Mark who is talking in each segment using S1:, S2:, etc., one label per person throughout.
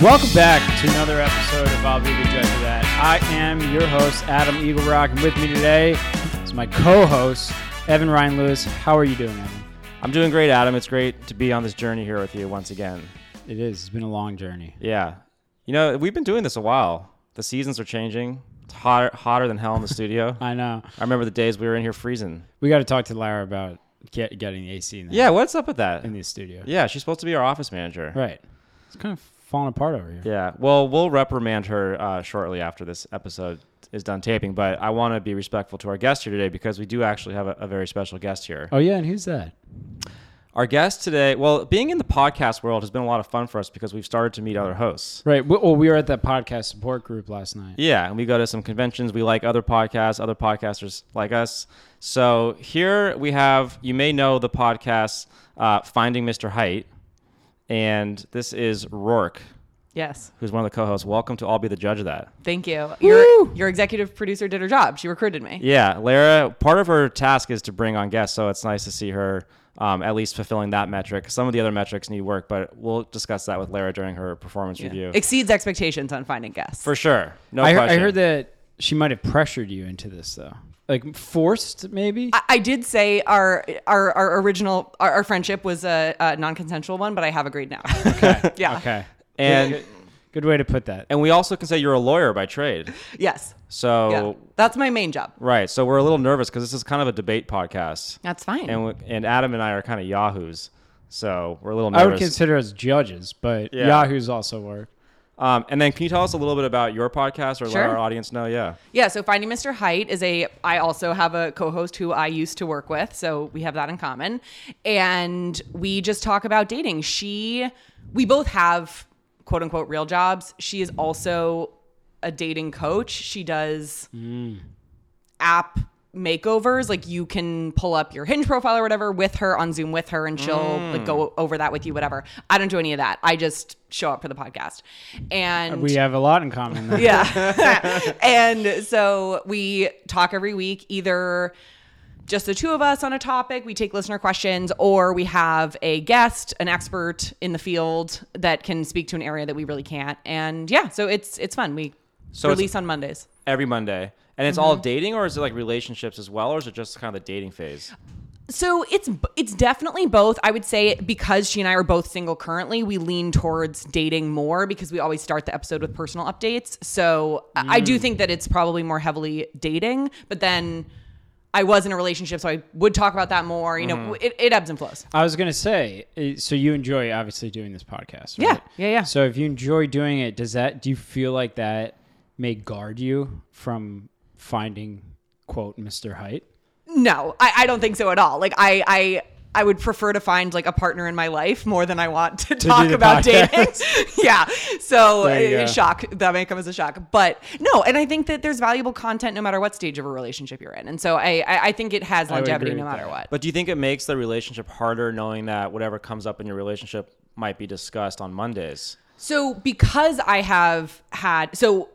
S1: Welcome back to another episode of I'll Be the Judge of That. I am your host, Adam Eagle Rock, and with me today is my co host, Evan Ryan Lewis. How are you doing, Evan?
S2: I'm doing great, Adam. It's great to be on this journey here with you once again.
S1: It is. It's been a long journey.
S2: Yeah. You know, we've been doing this a while. The seasons are changing. It's hotter, hotter than hell in the studio.
S1: I know.
S2: I remember the days we were in here freezing.
S1: We got to talk to Lara about get, getting the AC in the,
S2: Yeah, what's up with that?
S1: in the studio.
S2: Yeah, she's supposed to be our office manager.
S1: Right. It's kind of falling apart over here.
S2: Yeah. Well, we'll reprimand her uh, shortly after this episode is done taping, but I want to be respectful to our guest here today because we do actually have a, a very special guest here.
S1: Oh, yeah. And who's that?
S2: Our guest today, well, being in the podcast world has been a lot of fun for us because we've started to meet other hosts.
S1: Right. we- Well, we were at that podcast support group last night.
S2: Yeah, and we go to some conventions. We like other podcasts, other podcasters like us. So here we have, you may know the podcast uh, Finding Mr. Height, and this is Rourke,
S3: Yes.
S2: who's one of the co-hosts. Welcome to All Be the Judge of That.
S3: Thank you. Your, your executive producer did her job. She recruited me.
S2: Yeah, Lara. Part of her task is to bring on guests, so it's nice to see her um, at least fulfilling that metric. Some of the other metrics need work, but we'll discuss that with Lara during her performance review
S3: Exceeds expectations on finding guests.
S2: for sure. No
S1: I, he-
S2: question.
S1: I heard that she might have pressured you into this, though. Like forced, maybe?
S3: I, I did say our our, our original our, our friendship was a, a non-consensual one, but I have agreed now.
S1: okay.
S3: yeah.
S1: Okay.
S2: And
S1: Good way to put that.
S2: and we also can say you're a lawyer by trade,
S3: Yes.
S2: so.
S3: Yeah. That's my main job.
S2: Right. So we're a little nervous because this is kind of a debate podcast,
S3: That's fine.
S2: and we- and Adam and I are kind of yahoos, so we're a little
S1: I would
S2: nervous.
S1: consider us judges, but
S2: Yeah.
S1: Yahoo's also work.
S2: um, and then can you tell us a little bit about your podcast or
S3: Sure.
S2: let our audience know? Yeah.
S3: Yeah, so Finding Mr. Height is a. I also have a co host who I used to work with, so we have that in common. And we just talk about dating. She, we both have quote unquote real jobs. She is also a dating coach. She does app makeovers like you can pull up your hinge profile or whatever with her on zoom with her and she'll like go over that with you whatever i don't do any of that i just show up for the podcast and
S1: We have a lot in common. Then.
S3: yeah. and so we talk every week, either just the two of us on a topic, we take listener questions, or we have a guest, an expert in the field that can speak to an area that we really can't. And yeah, so it's it's fun. We
S2: So it's-
S3: release on Mondays.
S2: Every Monday, and it's
S3: Mm-hmm.
S2: all dating, or is it like relationships as well, or is it just kind of the dating phase?
S3: So it's it's definitely both. I would say because she and I are both single currently, we lean towards dating more because we always start the episode with personal updates. So I I do think that it's probably more heavily dating, but then I was in a relationship, so I would talk about that more. You know, it, it ebbs and flows.
S1: I was gonna say, eh, so you enjoy obviously doing this podcast,
S3: Yeah.
S1: right?
S3: Yeah, yeah.
S1: So if you enjoy doing it, does that do you feel like that may guard you from finding quote Mr. Height?
S3: No, I, I don't think so at all. Like I I I would prefer to find like a partner in my life more than I want to talk
S1: the
S3: about dating.
S1: podcast.
S3: yeah. So
S1: There you go.
S3: uh, shock that may come as a shock, but no. And I think that there's valuable content no matter what stage of a relationship you're in, and so I I, I think it has
S1: would
S3: longevity
S1: agree
S3: no
S1: with
S3: matter
S1: that.
S3: what.
S2: But do you think it makes the relationship harder knowing that whatever comes up in your relationship might be discussed on Mondays?
S3: So because I have had so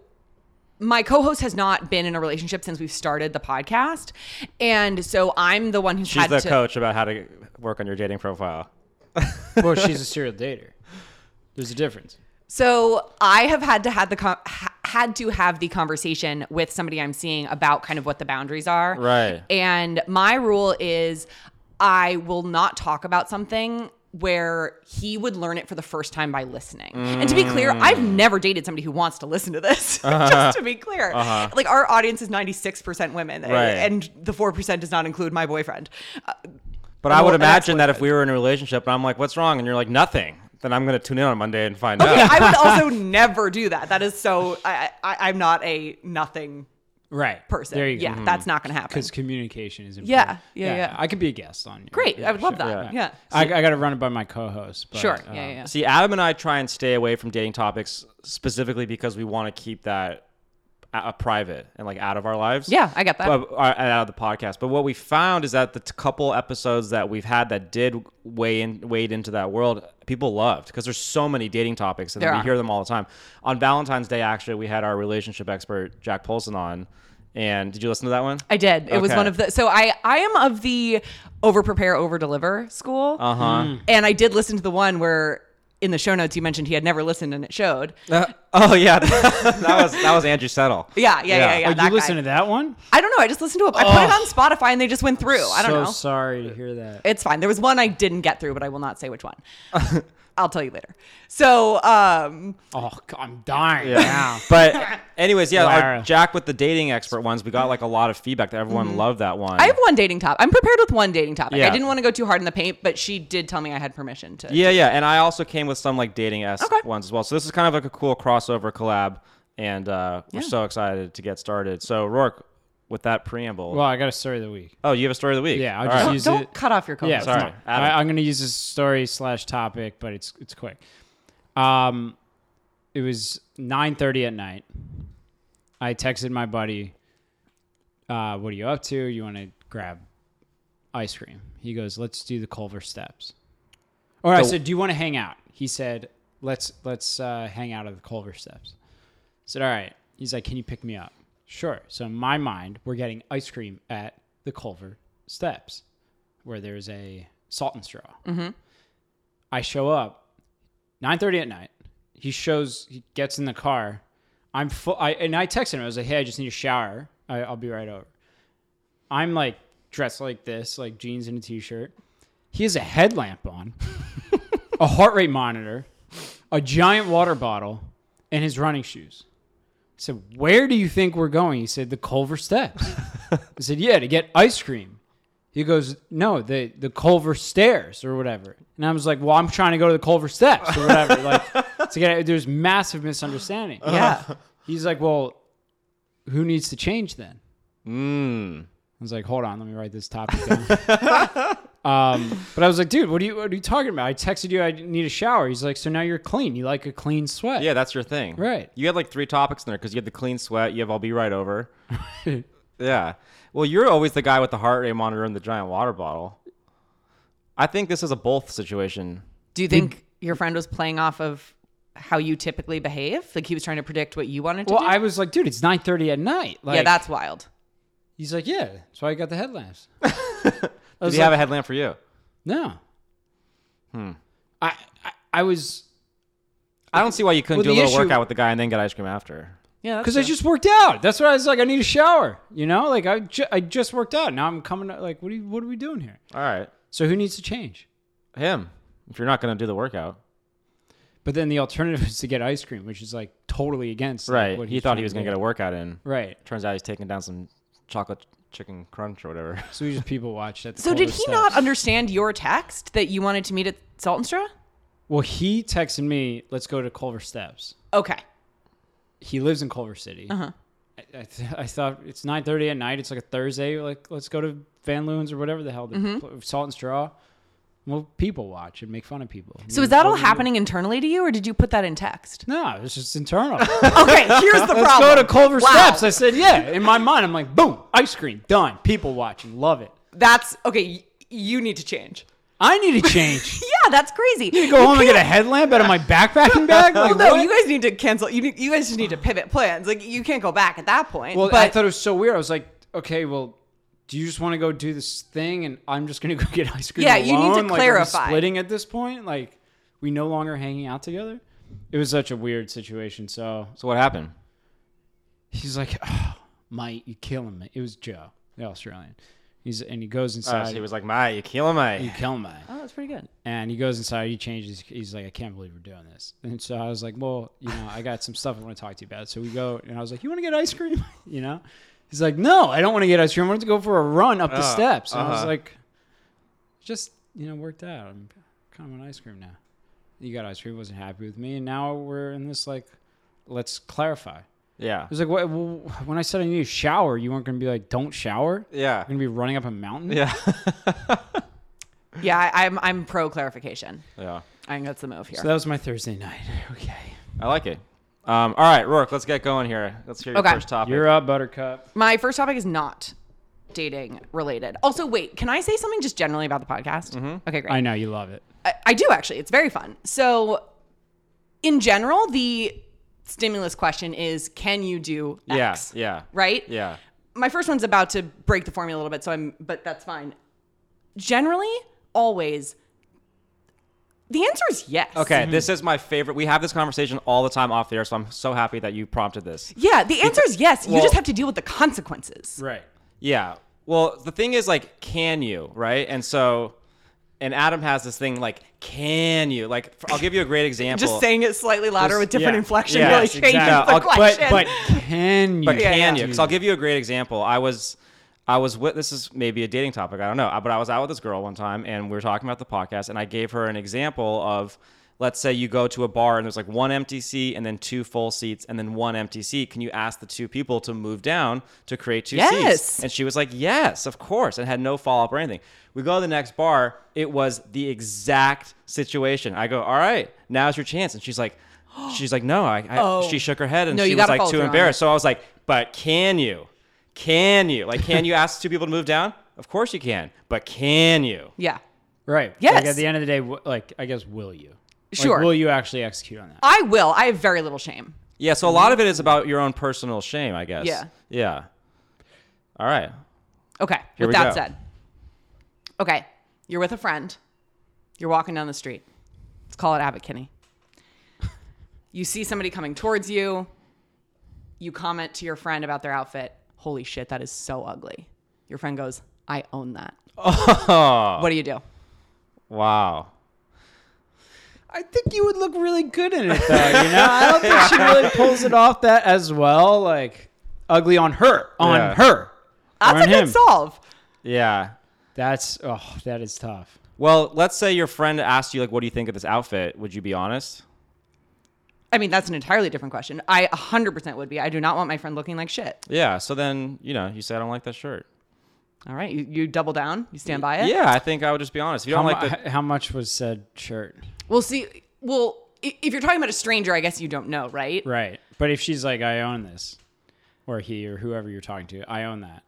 S3: my co-host has not been in a relationship since we've started the podcast, and so I'm the one who's
S2: She's
S3: had
S2: the
S3: to.
S2: coach about how to work on your dating profile.
S1: Well, she's a serial dater. There's a difference.
S3: So I have had to have the con- ha- had to have the conversation with somebody I'm seeing about kind of what the boundaries are.
S2: Right.
S3: And my rule is I will not talk about something where he would learn it for the first time by listening. And to be clear,
S2: Mm.
S3: I've never dated somebody who wants to listen to this.
S2: Uh-huh.
S3: Just to be clear. Like our audience is 96% women eh,
S2: Right.
S3: and the 4% does not include my boyfriend. Uh,
S2: But I
S3: Well,
S2: would
S3: and
S2: imagine that if we were in a relationship and I'm like, "What's wrong?" and you're like, "Nothing," then I'm gonna tune in on Monday and find out.
S3: I would also never do that. That is so I, I I'm not a nothing
S1: Right.
S3: person.
S1: There you go.
S3: yeah, that's not going to happen.
S1: Because communication is important.
S3: Yeah, yeah, yeah.
S1: I could be a guest on you.
S3: Great, I would love
S2: yeah.
S3: that. Yeah,
S1: I, I got to run it by my co-host. But,
S3: sure.
S1: uh,
S3: yeah, yeah, yeah.
S2: See, Adam and I try and stay away from dating topics specifically because we want to keep that a- a private and like out of our lives.
S3: Yeah, I get that.
S2: But- or out of the podcast. But what we found is that the t- couple episodes that we've had that did weigh in, wade into that world, people loved because there's so many dating topics and
S3: There
S2: we
S3: are.
S2: hear them all the time. On Valentine's Day, actually, we had our relationship expert Jack Polson on. And did you listen to that one?
S3: I did. It was
S2: Okay.
S3: one of the. So I I am of
S1: Uh-huh.
S2: Uh-huh.
S3: the over prepare over deliver school. Uh huh. And I did listen to the one where in the show notes you mentioned he had never listened and it showed.
S2: Uh, oh yeah, that was that was Andrew Settle.
S3: Yeah, yeah, yeah, yeah.
S2: Oh,
S1: Oh,
S3: that
S1: you listen
S3: guy.
S1: to that one?
S3: I don't know. I just listened to it. I put it on Spotify and they just went through. I don't
S1: oh. so
S3: know.
S1: sorry to hear that.
S3: It's fine. There was one I didn't get through, but I will not say which one. I'll tell you later. So, um,
S1: Oh, God, I'm dying
S2: Yeah.
S1: now.
S2: But anyways, yeah, our
S1: Lara.
S2: Jack with the dating expert ones, we got like a lot of feedback that everyone loved that one.
S3: Mm-hmm. I have one dating topic. I'm prepared with one dating topic. I
S2: Yeah.
S3: didn't want to go too hard in the paint, but she did tell me I had permission to.
S2: yeah, yeah, and I also came with some like dating esque
S3: Okay.
S2: ones as well. So this is kind of like a cool crossover collab, and uh, we're
S3: Yeah.
S2: so excited to get started. So Rourke, with that preamble,
S1: Well, I got a story of the week.
S2: oh, you have a story of the week?
S1: Yeah, I'll
S2: All
S1: just
S2: right.
S3: Don't,
S1: use
S3: don't
S1: it-
S3: cut off your co
S1: Yeah,
S2: sorry.
S1: sorry.
S2: Adam.
S1: I, I'm going to use this story slash topic, but it's it's quick. Um, it was 9:30 at night. I texted my buddy, uh, "What are you up to? You want to grab ice cream?" He goes, "Let's do the Culver Steps." Or I
S2: The-
S1: said, "Do you want to hang out?" He said, "Let's let's uh, hang out at the Culver Steps." I said, "All right." He's like, "Can you pick me up?" Sure. So in my mind, we're getting ice cream at the Culver Steps where there's a salt and straw. I show up, nine thirty at night. He shows, he gets in the car. I'm full. I and I texted him. I was like, "Hey, I just need a shower. I, I'll be right over." I'm like dressed like this, like jeans and a t-shirt. He has a headlamp on, a heart rate monitor, a giant water bottle, and his running shoes. I said, "Where do you think we're going?" He said, "The Culver Steps." I said, "Yeah, to get ice cream." He goes, no, the the Culver stairs or whatever. And I was like, well, I'm trying to go to the Culver steps or whatever. like, to get there's massive misunderstanding.
S3: Yeah.
S1: He's like, well, who needs to change then?
S2: Mm.
S1: I was like, hold on, let me write this topic down. um, but I was like, dude, what are you what are you talking about? I texted you, I need a shower. He's like, so now you're clean. You like a clean sweat.
S2: Yeah, that's your thing.
S1: Right.
S2: You had like three topics in there because you had the clean sweat, you have I'll be right over. yeah. Well, you're always the guy with the heart rate monitor and the giant water bottle. I think this is a both situation.
S3: Do you think your friend was playing off of how you typically behave? Like he was trying to predict what you wanted to
S1: Well,
S3: do?
S1: I was like, dude, it's 9:30 at night. Like,
S3: yeah, that's wild.
S1: He's like, yeah, that's why I got the headlamps.
S2: Did
S1: was
S2: he have a headlamp for you?
S1: No. Hmm.
S2: Hmm.
S1: I, I I was
S2: I don't see why you couldn't
S1: Well,
S2: do a
S1: the
S2: little
S1: issue-
S2: workout with the guy and then get ice cream after.
S3: Yeah.
S1: because I just worked out. That's what I was like. I need a shower. You know, like I ju- I just worked out. Now I'm coming. Like, what are you, what are we doing here?
S2: All right.
S1: So who needs to change?
S2: Him. If you're not going to do the workout.
S1: But then the alternative is to get ice cream, which is like totally against like,
S2: Right.
S1: what
S2: He
S1: he's
S2: thought
S1: trying
S2: he was going to get a workout in.
S1: right.
S2: Turns out he's taking down some chocolate chicken crunch or whatever.
S1: So we just people watched. At the
S3: so did
S1: Culver
S3: he
S1: Steps.
S3: not understand your text that you wanted to meet at Salt and Straw?
S1: Well, he texted me. Let's go to Culver Steps.
S3: Okay.
S1: He lives in Culver City.
S3: Uh-huh.
S1: Uh huh. I, I, th- I thought it's 9:30 at night. It's like a Thursday. Like let's go to Van Loon's or whatever the hell. The
S3: Mm-hmm.
S1: pl- Salt and straw. Well, people watch and make fun of people.
S3: So is that all happening internally to you or did you put that in text?
S1: No, it's just internal.
S3: okay, here's the
S1: Let's
S3: problem.
S1: go to Culver
S3: Wow.
S1: Steps. I said, yeah. In my mind, I'm like, boom, ice cream, done. People watching, love it.
S3: That's okay, y- you need to change.
S1: I need to change.
S3: Yeah, that's crazy. You
S1: Go home and get a headlamp out of my backpacking bag. Like,
S3: No,
S1: what?
S3: you guys need to cancel. You need, you guys just need to pivot plans. Like you can't go back at that point.
S1: well,
S3: but
S1: I thought it was so weird. I was like, okay, well, do you just want to go do this thing, and I'm just gonna go get ice cream?
S3: Yeah, you need to
S1: alone? Like, are we
S3: clarify.
S1: splitting at this point, like we no longer hanging out together. It was such a weird situation. So
S2: so what happened?
S1: he's like, oh, mate, you killing me. It was Joe, the Australian. He's and he goes
S2: Uh,
S1: inside.
S2: so he was like, my, you killing
S1: you
S2: my.
S1: killing me.
S3: oh, that's pretty good.
S1: And he goes inside, he changes. He's like, I can't believe we're doing this. And so I was like, Well, you know, I got some stuff I want to talk to you about. So we go, and I was like, You want to get ice cream? You know? He's like, No, I don't want to get ice cream. I want to go for a run up the
S2: Uh,
S1: steps. And I was
S2: uh-huh.
S1: like, Just, you know, worked out. I'm kind of on ice cream now. You got ice cream, wasn't happy with me. And now we're in this, like, let's clarify. It
S2: Yeah.
S1: was like, what, well, When I said I need a shower, you weren't going to be like, Don't shower?
S2: Yeah.
S1: You're going to be running up a mountain?
S2: Yeah.
S3: Yeah, I, I'm I'm pro clarification.
S2: yeah.
S3: I think that's the move here.
S1: So that was my Thursday night. Okay.
S2: I like it. Um, all right, Rourke, let's get going here. Let's hear your
S3: Okay.
S2: first topic.
S1: You're up, Buttercup.
S3: My first topic is not dating related. Also, wait, can I say something just generally about the podcast? Okay, great.
S1: I know you love it.
S3: I, I do actually. It's very fun. So, in general, the stimulus question is can you do
S2: yeah,
S3: X?
S2: yeah,
S3: Right?
S2: yeah.
S3: My first one's about to break the formula a little bit, so I'm, but that's fine. Generally, always, The answer is yes.
S2: Okay, this is my favorite. We have this conversation all the time off the air, so I'm so happy that you prompted this.
S3: Yeah, the answer is yes. you
S2: well-
S3: just have to deal with the consequences.
S1: Right.
S2: Yeah. Well, the thing is, like, can you, right? And so, and Adam has this thing, like, can you? Like, f- I'll give you a great example.
S3: Just saying it slightly louder with different
S1: yeah,
S3: inflection
S2: yeah,
S3: really
S2: yes,
S3: changes
S1: exactly.
S3: the
S2: I'll- but-
S1: But
S3: question.
S1: but can you?
S2: But
S3: Yeah,
S2: can
S3: yeah.
S2: you? Because I'll give you a great example. I was, I was with. This is maybe a dating topic. I don't know. But I was out with this girl one time, and we were talking about the podcast, and I gave her an example of, let's say you go to a bar and there's like one empty seat, and then two full seats, and then one empty seat. Can you ask the two people to move down to create two
S3: Yes.
S2: seats? And she was like, yes, of course, and had no follow up or anything. We go to the next bar. It was the exact situation. I go, all right, now's your chance, and she's like. She's like, no, I, I
S3: Oh.
S2: she shook her head and
S3: No,
S2: she
S3: you
S2: was
S3: gotta
S2: like
S3: follow
S2: too
S3: through on that.
S2: embarrassed. So I was like, but can you? Can you? Like, can you ask two people to move down? Of course you can. But can you?
S3: yeah.
S1: right.
S3: Yes.
S1: Like at the end of the day, w- like I guess, will you? Like,
S3: Sure.
S1: Will you actually execute on that?
S3: I will. I have very little shame.
S2: Yeah. So a lot of it is about your own personal shame, I guess.
S3: Mm-hmm.
S2: Yeah.
S3: Yeah.
S2: All right.
S3: Okay.
S2: Here
S3: with
S2: we
S3: that
S2: go.
S3: said, okay, you're with a friend. You're walking down the street. Let's call it Abbott Kinney. You see somebody coming towards you. You comment to your friend about their outfit. Holy shit, that is so ugly. Your friend goes, I own that.
S2: Oh,
S3: What do you do?
S2: wow.
S1: I think you would look really good in it, though. You know, I don't think she really pulls it off that as well. Like ugly on her, on
S2: Yeah.
S1: her. or
S3: That's
S1: on
S3: a good
S1: him.
S3: solve.
S2: Yeah.
S1: That's oh, that is tough.
S2: Well, let's say your friend asked you, like, what do you think of this outfit? Would you be honest?
S3: I mean, that's an entirely different question. I 100% would be. I do not want my friend looking like shit.
S2: Yeah. So then, you know, you say, I don't like that shirt.
S3: All right, you, you double down, you stand by it.
S2: Yeah. I think I would just be honest. If you
S1: How,
S2: don't like
S1: mu-
S2: the.
S1: h- how much was said shirt?
S3: Well, see, well, i- if you're talking about a stranger, I guess you don't know, right?
S1: Right. But if she's like, I own this, or he, or whoever you're talking to, I own that.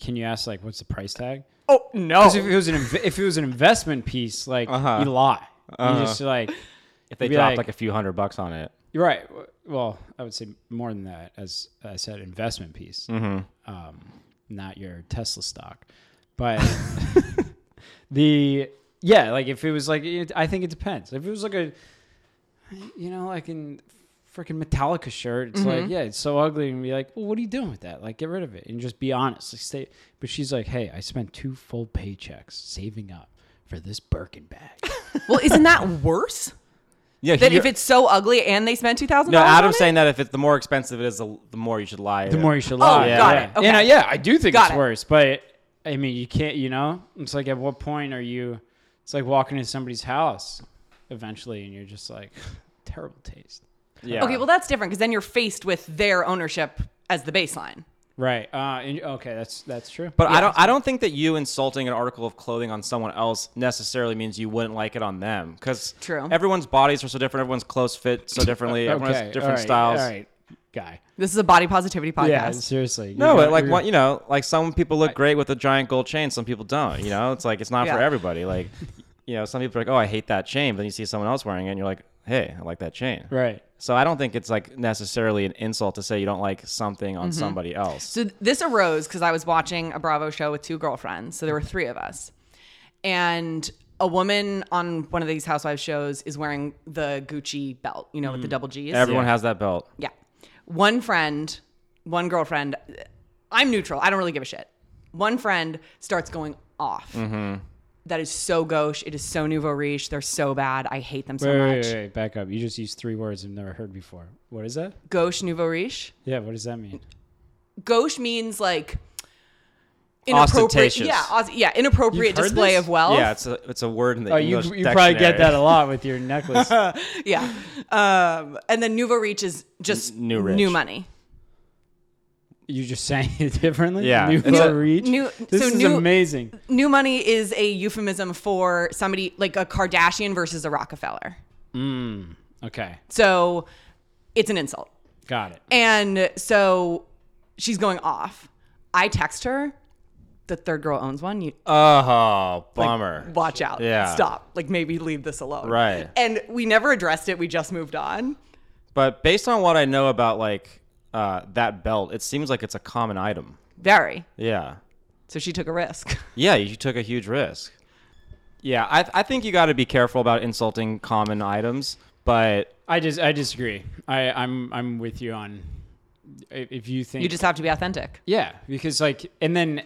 S1: Can you ask like, what's the price tag?
S3: Oh no.
S1: 'Cause if it was an inv- if it was an investment piece, like
S2: Uh-huh.
S1: you lie. You just like
S2: If they
S1: be like-
S2: dropped like a few hundred bucks on it.
S1: You're right. W- Well, I would say more than that, as I said, investment piece, um, not your Tesla stock, but the yeah, like if it was like, it, I think it depends. If it was like a, you know, like in freaking Metallica shirt, it's like yeah, it's so ugly, and be like, well, what are you doing with that? Like, get rid of it, and just be honest. Like, stay. But she's like, hey, I spent two full paychecks saving up for this Birkin bag.
S3: well, isn't that worse?
S2: Yeah.
S3: That
S2: you're-
S3: if it's so ugly and they spend two thousand
S2: No,
S3: dollars.
S2: Adam's saying that if it's the more expensive it is, the, the more you should lie.
S1: the more you should
S3: Oh,
S1: lie.
S2: got
S1: yeah.
S3: it. Okay.
S1: And I, yeah, I do think
S3: Got
S1: it's
S3: it.
S1: worse, but I mean, you can't. You know, it's like at what point are you? It's like walking into somebody's house eventually, and you're just like, terrible taste.
S2: Yeah.
S3: Okay, well that's different because then you're faced with their ownership as the baseline.
S1: Right. Uh. And, okay. That's that's true.
S2: but I don't. I don't think that you insulting an article of clothing on someone else necessarily means you wouldn't like it on them. Because
S3: True.
S2: everyone's bodies are so different. Everyone's clothes fit so differently. Everyone has different
S1: all right,
S2: styles.
S1: All right, guy.
S3: This is a body positivity podcast.
S1: Yeah. Seriously.
S2: No,
S1: You're
S2: but
S1: gonna-
S2: like
S1: you're
S2: what you know, like some people look great with a giant gold chain. Some people don't. You know, it's like it's not for
S3: Yeah.
S2: everybody. Like, you know, some people are like, oh, I hate that chain. But then you see someone else wearing it, and you're like, hey, I like that chain.
S1: gonna- Right.
S2: So I don't think it's like necessarily an insult to say you don't like something on
S3: Mm-hmm.
S2: somebody else.
S3: So th- this arose because I was watching a Bravo show with two girlfriends. So there were three of us. And a woman on one of these housewives shows is wearing the Gucci belt, you know, with the double G's.
S2: Mm. Everyone has that belt.
S3: Yeah. One friend, one girlfriend, I'm neutral. I don't really give a shit. One friend starts going off.
S1: Mm-hmm.
S3: That is so gauche. It is so nouveau riche. They're so bad. I hate them so
S1: Wait, wait,
S3: much.
S1: wait, wait, back up. You just used three words I've never heard before. What is that?
S3: Gauche, nouveau riche.
S1: Yeah, what does that mean?
S3: Gauche means like inappropriate.
S2: Ostentatious.
S3: Yeah, os- yeah, inappropriate
S1: You've heard
S3: display
S1: this?
S3: of wealth.
S2: Yeah, it's a it's a word in the
S1: Oh, you,
S2: English
S1: you probably get that a lot with your necklace.
S3: Yeah. Um, and then nouveau riche is just
S2: N- new rich.
S3: new money.
S1: You're just saying it differently.
S2: Yeah.
S1: New
S2: It's a-
S1: reach.
S3: new-
S1: this
S3: so
S1: is
S3: new-
S1: amazing.
S3: New money is a euphemism for somebody like a Kardashian versus a Rockefeller.
S1: Okay,
S3: So it's an insult.
S1: got it.
S3: And so she's going off. I text her. The third girl owns one. You
S2: Oh, bummer.
S3: watch out.
S2: Yeah.
S3: Stop. Like maybe leave this alone.
S2: Right.
S3: And we never addressed it. We just moved on.
S2: but based on what I know about like uh, that belt, it seems like it's a common item.
S3: Very.
S2: Yeah.
S3: So she took a risk.
S2: Yeah, you took a huge risk. Yeah, I, I think you got to be careful about insulting common items, but
S1: I just I disagree. I I'm I'm with you on if if you think
S3: You just have to be authentic.
S1: yeah because like and then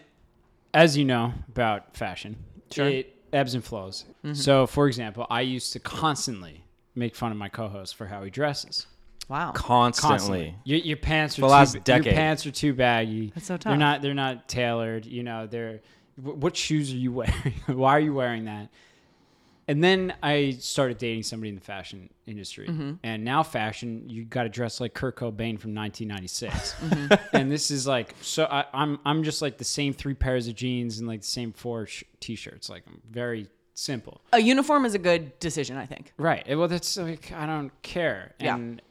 S1: as you know about fashion
S3: Sure. Mm-hmm.
S1: it ebbs and flows. So for example, I used to constantly make fun of my co-host for how he dresses.
S3: Wow.
S2: constantly.
S1: Constantly, your, your pants are
S2: the last
S1: too, Your
S2: decade.
S1: pants are too baggy.
S3: That's so
S1: They're
S3: tough.
S1: not they're not tailored. You know they're. wh- What shoes are you wearing? Why are you wearing that? And then I started dating somebody in the fashion industry,
S3: Mm-hmm.
S1: and now fashion you got to dress like Kurt Cobain from 1996,
S3: Mm-hmm.
S1: and this is like so I, I'm I'm just like the same three pairs of jeans and like the same four sh- t-shirts. Like I'm very simple.
S3: A uniform is a good decision, I think.
S1: Right. Eh, Well, that's like I don't care.
S3: Yeah.
S1: And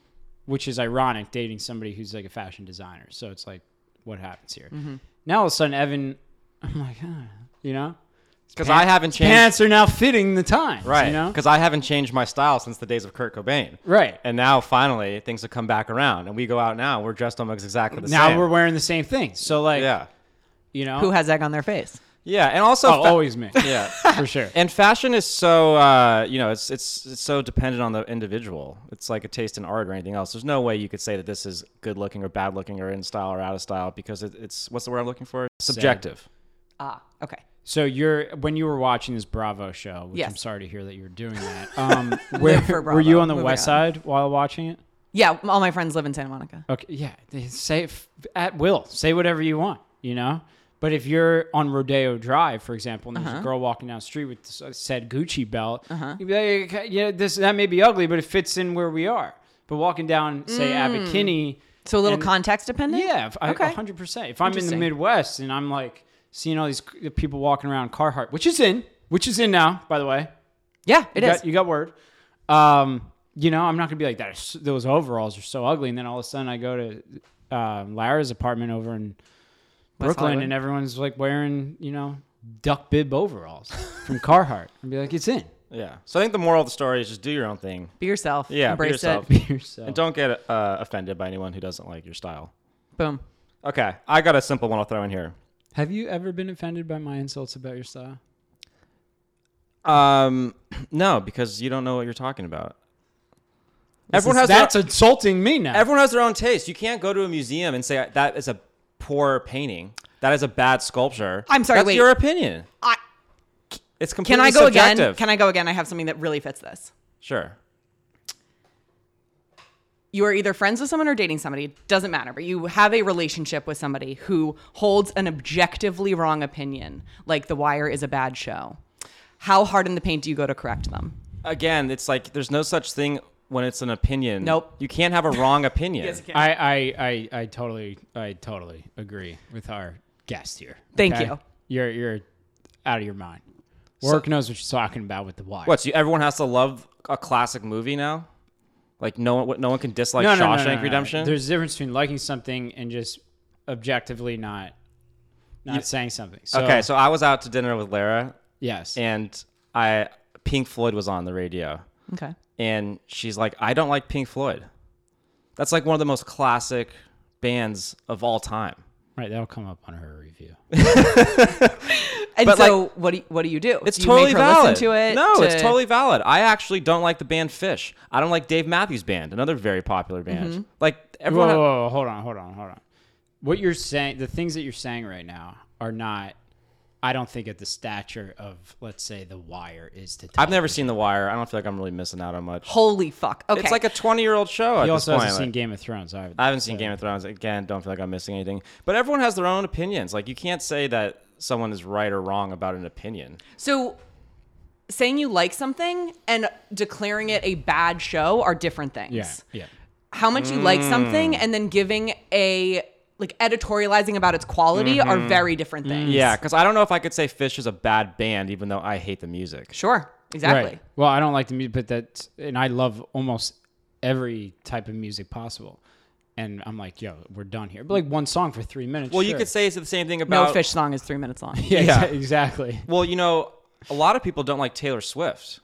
S1: which is ironic dating somebody who's like a fashion designer. So it's like what happens here?
S3: Mm-hmm.
S1: Now all of a sudden Evan I'm like, huh, you know?
S2: Because I haven't changed.
S1: Pants are now fitting the times,
S2: right.
S1: you know?
S2: Because I haven't changed my style since the days of Kurt Cobain.
S1: Right.
S2: And now finally things have come back around, and we go out now. We're dressed almost exactly the
S1: Now
S2: same.
S1: we're wearing the same thing. So like,
S2: yeah,
S1: you know,
S3: Who has egg on their face?
S2: yeah, and also
S1: oh,
S2: fa-
S1: always me.
S2: yeah.
S1: for sure.
S2: And fashion is so uh, you know it's, it's it's so dependent on the individual. It's like a taste in art or anything else. There's no way you could say that this is good looking or bad looking or in style or out of style because it, it's what's the word I'm looking for? Subjective.
S3: Ah, okay.
S1: So you're when you were watching this Bravo show, which
S3: Yes.
S1: I'm sorry to hear that you were doing that. Um, where,
S3: for
S1: were you
S3: Bravo.
S1: on the
S3: Moving
S1: west
S3: on.
S1: side while watching it?
S3: Yeah, all my friends live in Santa Monica.
S1: Okay, yeah, they say f- at will, say whatever you want, you know. But if you're on Rodeo Drive, for example, and there's
S3: Uh-huh.
S1: a girl walking down the street with this, uh, said Gucci belt, you'd be like, "Okay, yeah, this that may be ugly, but it fits in where we are. But walking down, say Abercrombie,
S3: So a little
S1: And-
S3: context dependent?
S1: yeah, if I- a
S3: Mm. Okay.
S1: hundred percent. If I'm in the
S3: Interesting.
S1: Midwest and I'm like seeing all these c- people walking around Carhartt, which is in, which is in now, by the way,
S3: Yeah, it
S1: you
S3: is.
S1: Got, you got word. Um, you know, I'm not gonna be like that. is- Those overalls are so ugly, and then all of a sudden I go to um, Lara's apartment over in Brooklyn,
S3: Hollywood.
S1: and everyone's like wearing, you know, duck bib overalls from Carhartt, and be like, it's in.
S2: Yeah. So I think the moral of the story is just do your own thing
S3: Be yourself.
S2: Yeah, be
S3: Embrace
S2: yourself.
S1: Be yourself.
S2: and don't get uh, offended by anyone who doesn't like your style.
S3: it. Boom.
S2: Okay, I got a simple one I'll throw in here.
S1: Have you ever been offended by my insults about your style?
S2: Um, no, because you don't know what you're talking about.
S1: This
S2: Everyone
S1: is-
S2: has their-
S1: that's insulting me now.
S2: Everyone has their own taste. You can't go to a museum and say that is a poor painting. That is a bad sculpture.
S3: I'm sorry,
S2: That's
S3: wait.
S2: your opinion.
S3: I,
S2: It's completely
S3: can I go again?
S2: subjective.
S3: Can I go again? I have something that really fits this.
S2: Sure.
S3: You are either friends with someone or dating somebody. It doesn't matter. But you have a relationship with somebody who holds an objectively wrong opinion, like The Wire is a bad show. How hard in the paint do you go to correct them?
S2: Again, it's like there's no such thing when it's an opinion.
S3: Nope.
S2: You can't have a wrong opinion.
S3: Yes, you can.
S1: I, I, I, I totally, I totally agree with our guest here.
S3: Thank you.
S1: You're, you're out of your mind. Work knows what she's talking about with the wire.
S2: What? So you- everyone has to love a classic movie now? Like no one, what- no one can dislike Shawshank Redemption.
S1: There's a difference between liking something and just objectively not, not saying something. So,
S2: okay, so I was out to dinner with Lara,
S1: yes,
S2: and I Pink Floyd was on the radio.
S3: Okay.
S2: and she's like, I don't like Pink Floyd. That's like one of the most classic bands of all time.
S1: right. That'll come up on her review.
S3: And
S2: But,
S3: so, what do you, what do you do?
S2: It's
S3: do you
S2: totally
S3: make her
S2: valid.
S3: Listen to it.
S2: no, it's
S3: to-
S2: totally valid. I actually don't like the band Fish. I don't like Dave Matthews Band, another very popular band.
S3: Mm-hmm.
S2: Like
S1: Whoa,
S2: everyone,
S1: whoa, whoa, hold on, hold on, hold on. What you're saying, the things that you're saying right now are not. I don't think at the stature of, let's say, The Wire is to.
S2: I've never
S1: television.
S2: seen The Wire. I don't feel like I'm really missing out on much.
S3: Holy fuck. Okay.
S2: It's like a 20 year old show. at
S1: He
S2: this
S1: also
S2: point.
S1: hasn't
S2: Like,
S1: seen Game of Thrones. Either.
S2: I haven't seen Game of Thrones. Again, don't feel like I'm missing anything. But everyone has their own opinions. Like you can't say that someone is right or wrong about an opinion.
S3: So saying you like something and declaring it a bad show are different things.
S1: Yeah, yeah.
S3: How much you like
S2: Mm.
S3: something and then giving a like editorializing about its quality are very different things.
S2: Mm-hmm. Yeah, because I don't know if I could say Fish is a bad band, even though I hate the music.
S3: Sure. Exactly.
S1: Right. Well, I don't like the music, but that, and I love almost every type of music possible. And I'm like, yo, we're done here. But like one song for three minutes.
S2: Well, you
S1: sure.
S2: could say it's the same thing
S3: No
S2: about
S3: fish song is three minutes long.
S1: yeah,
S2: yeah.
S1: exa- exactly.
S2: Well, you know, a lot of people don't like Taylor Swift,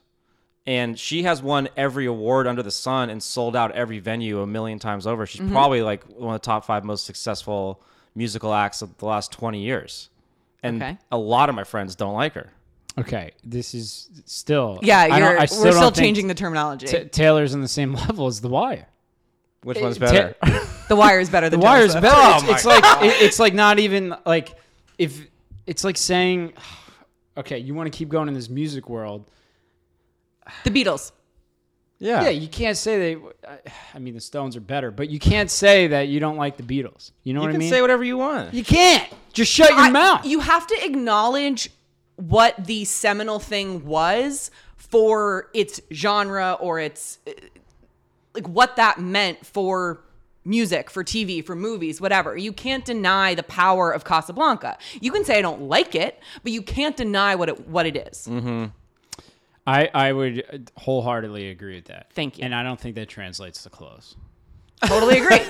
S2: and she has won every award under the sun and sold out every venue a million times over. She's probably like one of the top five most successful musical acts of the last twenty years, and
S3: Okay.
S2: a lot of my friends don't like her.
S1: Okay, this is still.
S3: Yeah,
S1: I don't-
S3: you're,
S1: I still
S3: we're still
S1: don't think
S3: changing the terminology.
S1: Ta- Taylor's on the same level as The Wire.
S2: Which one's
S1: Ta-
S2: better? Oh
S3: the wire is better
S1: The
S3: than
S1: Wire is
S3: Joseph.
S1: better. it's, it's like it- it's like not even like if it's like saying, okay, you want to keep going in this music world.
S3: The Beatles.
S2: yeah.
S1: Yeah, you can't say they. I- I mean, the Stones are better, but you can't say that you don't like the Beatles. You know
S2: You
S1: what I
S2: can
S1: mean?
S2: say whatever you want.
S1: you can't. Just shut your
S3: I-
S1: mouth.
S3: You have to acknowledge what the seminal thing was for its genre or its uh, like what that meant for music, for TV, for movies, whatever. You can't deny the power of Casablanca. You can say I don't like it, but you can't deny what it what it is.
S1: I I would uh, wholeheartedly agree with that.
S3: Thank you.
S1: And I don't think that translates to clothes.
S3: Totally agree. It was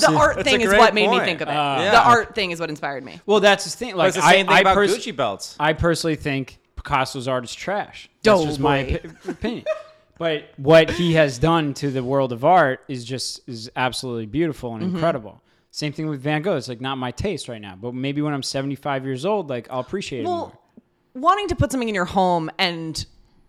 S3: the, the art
S2: That's a
S3: thing is
S2: great
S3: what made
S2: point.
S3: me think of it.
S2: Uh,
S3: The
S2: yeah.
S3: art thing is what inspired me.
S1: Well, that's the thing. Like
S2: It's the
S1: I,
S2: same thing
S1: I
S2: about
S1: pers-
S2: Gucci belts.
S1: I personally think Picasso's art is trash. That's just my
S3: Doughboy.
S1: opi- opinion. But what he has done to the world of art is just is absolutely beautiful
S2: Mm-hmm.
S1: and incredible. Same thing with Van Gogh. It's like not my taste right now, but maybe when I'm 75 years old, like I'll appreciate it more.
S3: Well, wanting to put something in your home and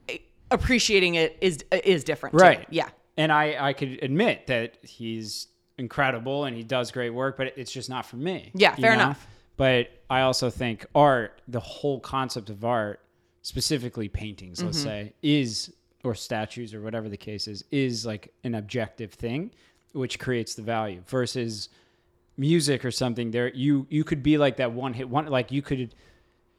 S3: eh, appreciating it is is different, too.
S1: Right.
S3: Yeah.
S1: And I I could admit that he's incredible and he does great work, but it's just not for me.
S3: Yeah,
S1: you
S3: fair enough.
S1: But I also think art, the whole concept of art, specifically paintings,
S3: Mm-hmm.
S1: let's say, is or statues or whatever the case is, is like an objective thing, which creates the value versus music or something. There, you you could be like that one hit one, like you could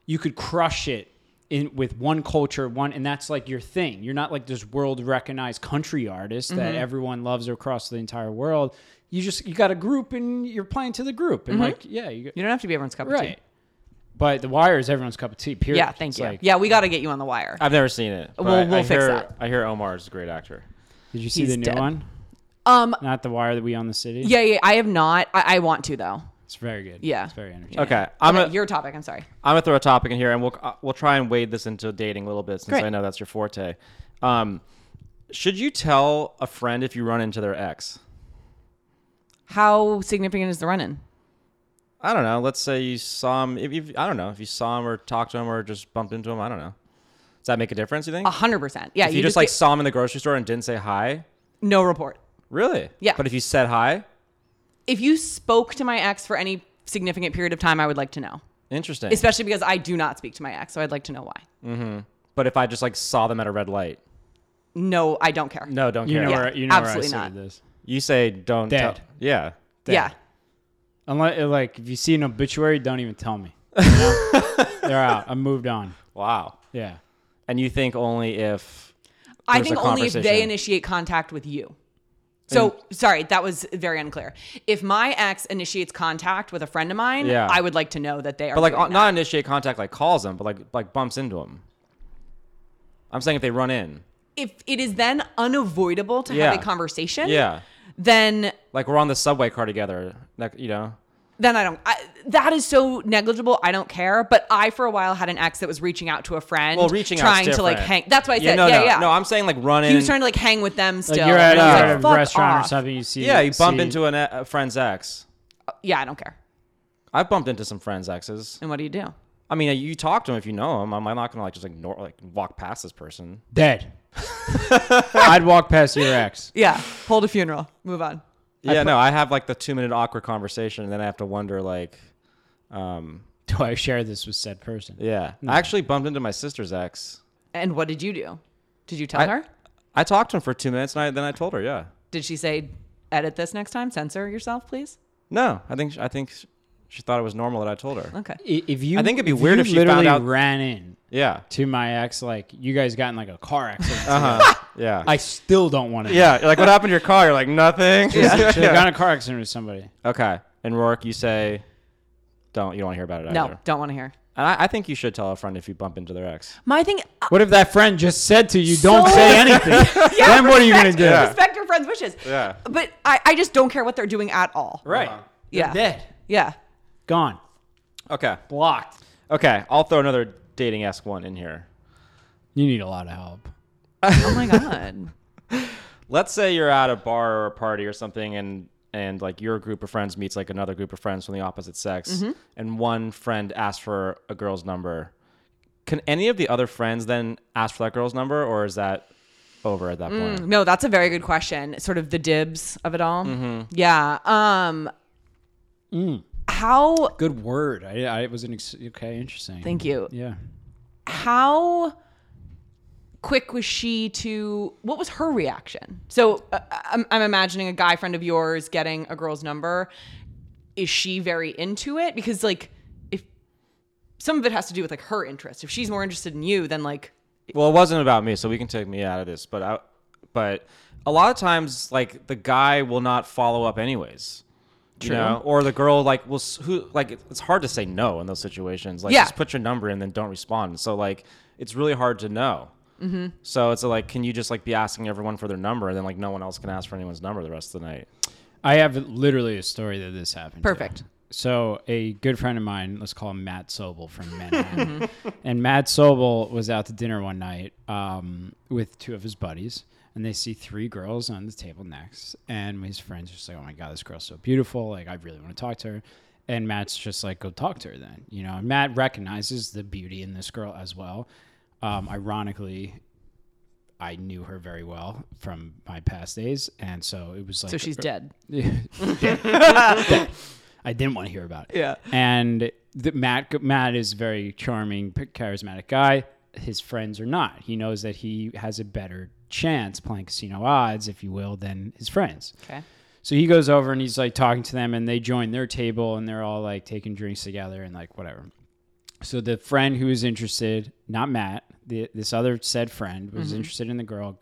S1: you could crush it in with one culture one and that's like your thing you're not like this world recognized country artist
S3: Mm-hmm.
S1: that everyone loves across the entire world you just you got a group and you're playing to the group
S3: Mm-hmm.
S1: and like yeah you
S3: You don't have to be everyone's cup of
S1: right
S3: tea.
S1: but the wire is everyone's cup of tea period
S3: Yeah, thank
S1: It's
S3: you.
S1: like-
S3: yeah, we got to get you on the wire.
S2: I've never seen it. but
S3: We'll-
S2: I-
S3: we'll
S2: I
S3: fix
S2: hear,
S3: that.
S2: I hear Omar is a great actor.
S1: did you see
S3: He's
S1: the new
S3: dead.
S1: one
S3: Um,
S1: not the wire that we own the city
S3: yeah, yeah, I have not. I, I want to though.
S1: it's very good
S3: Yeah.
S1: it's very entertaining
S2: Okay, I'm
S3: Okay,
S2: a,
S3: your topic. I'm sorry.
S2: I'm gonna throw a topic in here, and we'll uh, we'll try and wade this into dating a little bit since
S3: Great.
S2: I know that's your forte. Um, should you tell a friend if you run into their ex?
S3: How significant is the run-in?
S2: I don't know. Let's say you saw him. If you, I don't know if you saw him or talked to him or just bumped into him. I don't know. Does that make a difference? You think?
S3: A hundred percent. Yeah,
S2: if you, just like
S3: Ah, get
S2: saw him in the grocery store and didn't say hi,
S3: no report.
S2: really?
S3: Yeah.
S2: But if you said hi,
S3: If you spoke to my ex for any significant period of time, I would like to know.
S2: interesting.
S3: Especially because I do not speak to my ex, so I'd like to know why.
S2: but if I just like saw them at a red light,
S3: No, I don't care.
S2: no, don't
S1: you
S2: care.
S1: know
S3: Yeah,
S1: where you know where i
S3: absolutely
S1: stood
S3: not.
S1: with this
S2: You say don't.
S1: Dead.
S2: tell- yeah.
S3: yeah.
S1: unless like if you see an obituary don't even tell me you know? they're out i moved on
S2: Wow.
S1: yeah
S2: And you think only if
S3: I
S2: There's
S3: think
S2: a
S3: only if they
S2: conversation.
S3: initiate contact with you. So sorry, that was very unclear. If my ex initiates contact with a friend of mine,
S2: Yeah.
S3: I would like to know that they are.
S2: But like
S3: doing
S2: uh, not initiate contact, like calls them, but like like bumps into them. I'm saying if they run in,
S3: that. if it is then unavoidable to
S2: Yeah.
S3: have a conversation,
S2: yeah,
S3: then
S2: like we're on the subway car together, like you know,
S3: then I don't. I, that is so negligible. I don't care. But I, for a while, had an ex that was reaching out to a friend,
S2: well reaching out's
S3: trying to like
S2: different.
S3: hang. That's why I said, yeah,
S2: no,
S3: yeah.
S2: no, no. I'm saying like run
S3: he was
S2: in.
S3: trying to like hang with them still.
S1: like you're at,
S3: and I was
S1: you're
S3: like,
S1: at
S3: "Fuck
S1: a restaurant
S3: off."
S1: or something you see
S2: yeah, you bump
S1: see-
S2: into an, a friend's ex.
S3: Yeah, I don't care.
S2: I've bumped into some friends' exes.
S3: And what do you do?
S2: I mean, you talk to them if you know them. I'm I'm not gonna like just ignore, like walk past this person.
S1: Dead. I'd walk past your ex.
S3: Yeah, hold a funeral, move on.
S2: Yeah, no, I have like the two minute awkward conversation, and then I have to wonder like, um,
S1: Do I share this with said person?
S2: yeah. I actually bumped into my sister's ex.
S3: And what did you do? Did you tell
S2: I-
S3: her?
S2: I talked to him for two minutes, and I, then I told her, yeah.
S3: Did she say, edit this next time? Censor yourself, please?
S2: No, I think I think sh- she thought it was normal that I told her.
S3: Okay.
S1: I- If you,
S2: I think it'd be weird
S1: you
S2: if she
S1: literally
S2: found out-
S1: ran in
S2: Yeah.
S1: to my ex, like you guys got in like a car accident.
S2: Uh huh. yeah.
S1: I still don't want to.
S2: yeah. You're like, what happened to your car? You're like, nothing.
S1: yeah. got in a car accident with somebody.
S2: Okay. And Rourke, you say, don't. You don't want to hear about it
S3: No,
S2: either.
S3: don't want to hear.
S2: And I, I think you should tell a friend if you bump into their ex.
S3: My thing, uh,
S1: What if that friend just said to you, "Don't
S3: So-
S1: say anything"?
S3: yeah,
S1: then what are you gonna
S3: respect-
S1: do? Yeah.
S3: Respect your friend's wishes.
S2: Yeah.
S3: But I, I just don't care what they're doing at all.
S1: right.
S2: Uh-huh.
S3: Yeah.
S1: Dead.
S3: Yeah.
S1: Gone.
S2: Okay.
S1: Blocked.
S2: Okay. I'll throw another dating esque one in here.
S1: You need a lot of help.
S3: Oh my God.
S2: Let's say you're at a bar or a party or something, and and like your group of friends meets like another group of friends from the opposite sex, and one friend asks for a girl's number. Can any of the other friends then ask for that girl's number, or is that over at that point?
S3: No, that's a very good question. Sort of the dibs of it all.
S1: Mm-hmm.
S3: Yeah. Um.
S1: Mm.
S3: How?
S1: Good word. I, I was an ex- okay. Interesting.
S3: Thank you.
S1: Yeah.
S3: How quick was she to? What was her reaction? So uh, I'm, I'm imagining a guy friend of yours getting a girl's number. Is she very into it? Because like, if some of it has to do with like her interest. If she's more interested in you, then like,
S2: Well, it wasn't about me, so we can take me out of this. But I, but a lot of times, like the guy will not follow up anyways. You know? Or the girl like will s- who like it- it's hard to say no in those situations. Like
S3: Yeah.
S2: just put your number in, then don't respond. So like it's really hard to know. Mm-hmm. So it's like, can you just like be asking everyone for their number, and then like no one else can ask for anyone's number the rest of the night?
S1: I have literally a story that this happened. to.
S3: Perfect.
S1: So a good friend of mine, let's call him Matt Sobel from Manhattan,
S3: Mm-hmm.
S1: and Matt Sobel was out to dinner one night um, with two of his buddies, and they see three girls on the table next, and his friends are just like, "Oh my god, this girl's so beautiful! Like, I really want to talk to her." And Matt's just like, "Go talk to her then," you know. And Matt recognizes the beauty in this girl as well. Um, ironically, I knew her very well from my past days, and so it was like
S3: so she's dead.
S1: I didn't want to hear about it.
S3: Yeah.
S1: And the, Matt Matt is a very charming, charismatic guy. His friends are not. He knows that he has a better chance playing casino odds, if you will, than his friends.
S3: Okay.
S1: So he goes over and he's like talking to them, and they join their table and they're all like taking drinks together and like whatever. So the friend who was interested, not Matt, the, this other said friend was interested in the girl,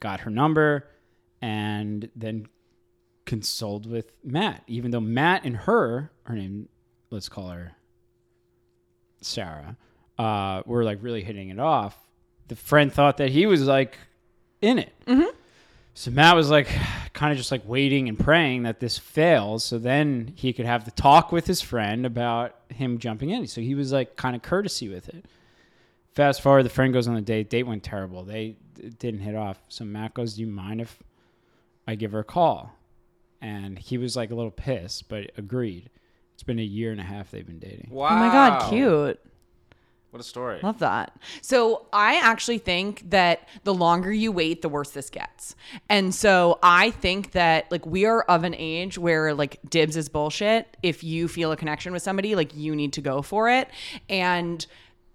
S1: got her number, and then consoled with Matt, even though Matt and her, her name, let's call her Sarah, uh, were like really hitting it off. The friend thought that he was like in it. So Matt was like kind of just like waiting and praying that this fails so then he could have the talk with his friend about him jumping in. So he was like kind of courtesy with it. Fast forward, the friend goes on the date. Date went terrible. They it didn't hit off. So Matt goes, Do you mind if I give her a call? And he was like a little pissed, but agreed. It's been a year and a half they've been dating.
S2: Wow!
S3: Oh my god, cute.
S2: What a story.
S3: Love that. So I actually think that the longer you wait, the worse this gets. And so I think that like we are of an age where like dibs is bullshit. If you feel a connection with somebody, like you need to go for it. And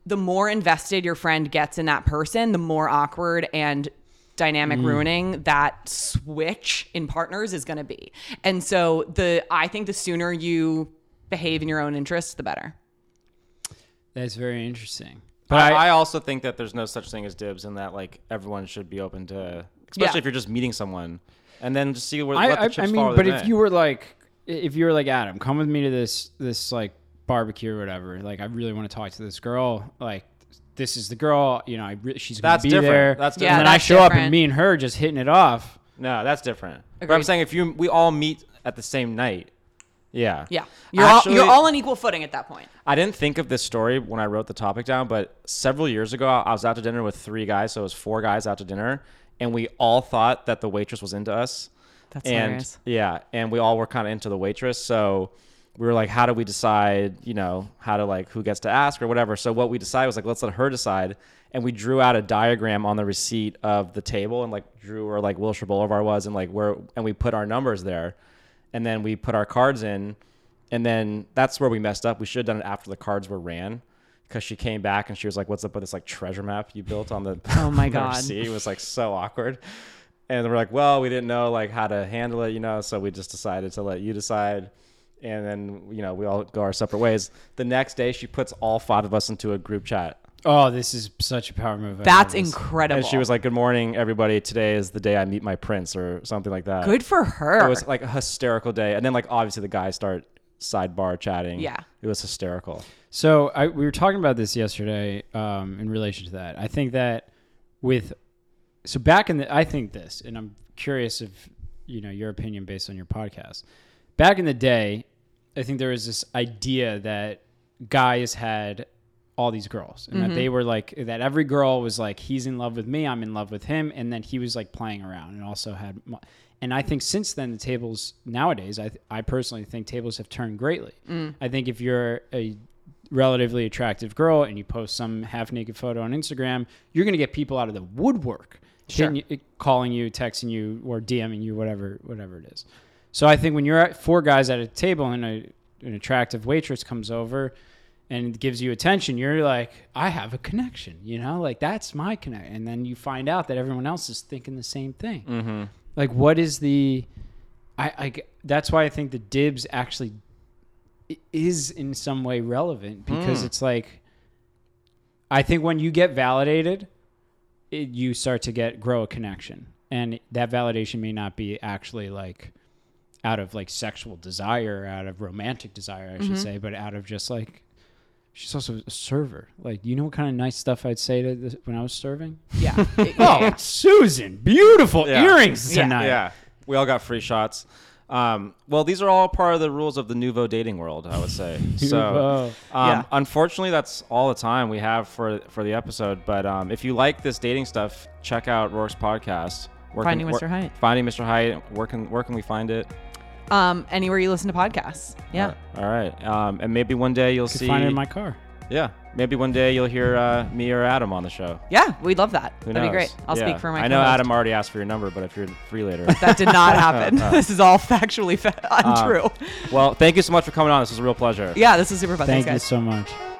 S3: the more invested your friend gets in that person, the more awkward and dynamic ruining that switch in partners is going to be. And so the I think the sooner you behave in your own interest, the better.
S1: That's very interesting. But
S2: But
S1: I,
S2: I, I also think that there's no such thing as dibs, and that like everyone should be open to, especially
S3: Yeah.
S2: if you're just meeting someone, and then just see where
S1: I,
S2: let the
S1: I,
S2: chips
S1: I
S2: fall. where
S1: mean, but
S2: they
S1: if
S2: may.
S1: you were like, if you were like Adam, come with me to this this like barbecue or whatever. Like, I really want to talk to this girl. Like, this is the girl. You know, I re- she's gonna
S2: That's
S1: be
S2: different.
S1: there.
S2: That's
S1: And
S2: different.
S1: then
S3: Yeah,
S1: I
S3: that's
S1: show up and
S3: different.
S1: me and her just hitting it off.
S2: no, that's different. But I'm
S3: Agreed.
S2: saying if you we all meet at the same night, yeah,
S3: Yeah. You're all you're
S2: Actually-
S3: all on equal footing at that point.
S2: I didn't think of this story when I wrote the topic down, but several years ago, I was out to dinner with three guys, so it was four guys out to dinner, and we all thought that the waitress was into us.
S3: That's
S2: and
S3: hilarious.
S2: yeah, and we all were kind of into the waitress, so we were like, how do we decide, you know, how to like who gets to ask or whatever? So what we decided was like, let's let her decide, and we drew out a diagram on the receipt of the table and like drew where like Wilshire Boulevard was and like where and we put our numbers there, and then we put our cards in. And then that's where we messed up. We should have done it after the cards were ran because she came back and she was like, What's up with this like treasure map you built on the
S3: Oh my
S2: on the
S3: God.
S2: receipt?" It was like so awkward. And we're like, Well, we didn't know like how to handle it, you know, so we just decided to let you decide. And then, you know, we all go our separate ways. The next day she puts all five of us into a group chat.
S1: Oh, this is such a power move. I've
S3: That's
S1: never seen.
S3: incredible.
S2: And she was like, Good morning, everybody. Today is the day I meet my prince or something like that.
S3: good for her.
S2: It was like a hysterical day. And then like obviously the guys start sidebar chatting.
S3: Yeah.
S2: It was hysterical.
S1: So I, we were talking about this yesterday um, in relation to that. I think that with so back in the I think this, and I'm curious if you know your opinion based on your podcast. Back in the day, I think there was this idea that guys had all these girls, and that they were like that. Every girl was like, he's in love with me, I'm in love with him, and then he was like playing around, and also had. mo- And I think since then, the tables nowadays, I I personally think tables have turned greatly. I think if you're a relatively attractive girl and you post some half naked photo on Instagram, you're going to get people out of the woodwork hitting you- calling you, texting you, or DMing you, whatever, whatever it is. So I think when you're at four guys at a table and a, an attractive waitress comes over and gives you attention, you're like, I have a connection, you know, like that's my connect. And then you find out that everyone else is thinking the same thing. Like, what is the, I, I g- that's why I think the dibs actually i- is in some way relevant
S2: Hmm.
S1: because it's like, I think when you get validated, it, you start to get grow a connection, and that validation may not be actually like out of like sexual desire, out of romantic desire, I should
S2: Mm-hmm.
S1: say, but out of just like she's also a server. Like, you know what kind of nice stuff I'd say to this, when I was serving?
S3: Yeah.
S1: Oh, Susan, beautiful
S2: Yeah.
S1: earrings
S3: Yeah.
S1: tonight.
S2: Yeah, we all got free shots. Um, well, these are all part of the rules of the nouveau dating world, I would say. so,
S1: Nouveau.
S2: um,
S3: Yeah.
S2: unfortunately, that's all the time we have for for the episode. But um, if you like this dating stuff, check out Rourke's podcast. Where
S3: Finding
S2: where-
S3: Mr. Hyatt.
S2: Finding Mr. Hyatt. Where can where can we find it?
S3: Um, anywhere you listen to podcasts. Yeah.
S2: All right. Um, and maybe one day you'll see.
S1: Could find it in my car.
S2: yeah. Maybe one day you'll hear uh, me or Adam on the show.
S3: Yeah, we'd love that.
S2: Who
S3: That'd be
S2: knows?
S3: great. I'll
S2: Yeah.
S3: speak for my
S2: I know
S3: co-host.
S2: Adam Uh, already asked for your number, but if you're free later.
S3: That did not happen. this is all factually fa- untrue.
S2: Uh, well, thank you so much for coming on. This was a real pleasure.
S3: yeah, this is super fun.
S1: Thank
S3: Thanks, guys.
S1: you so much.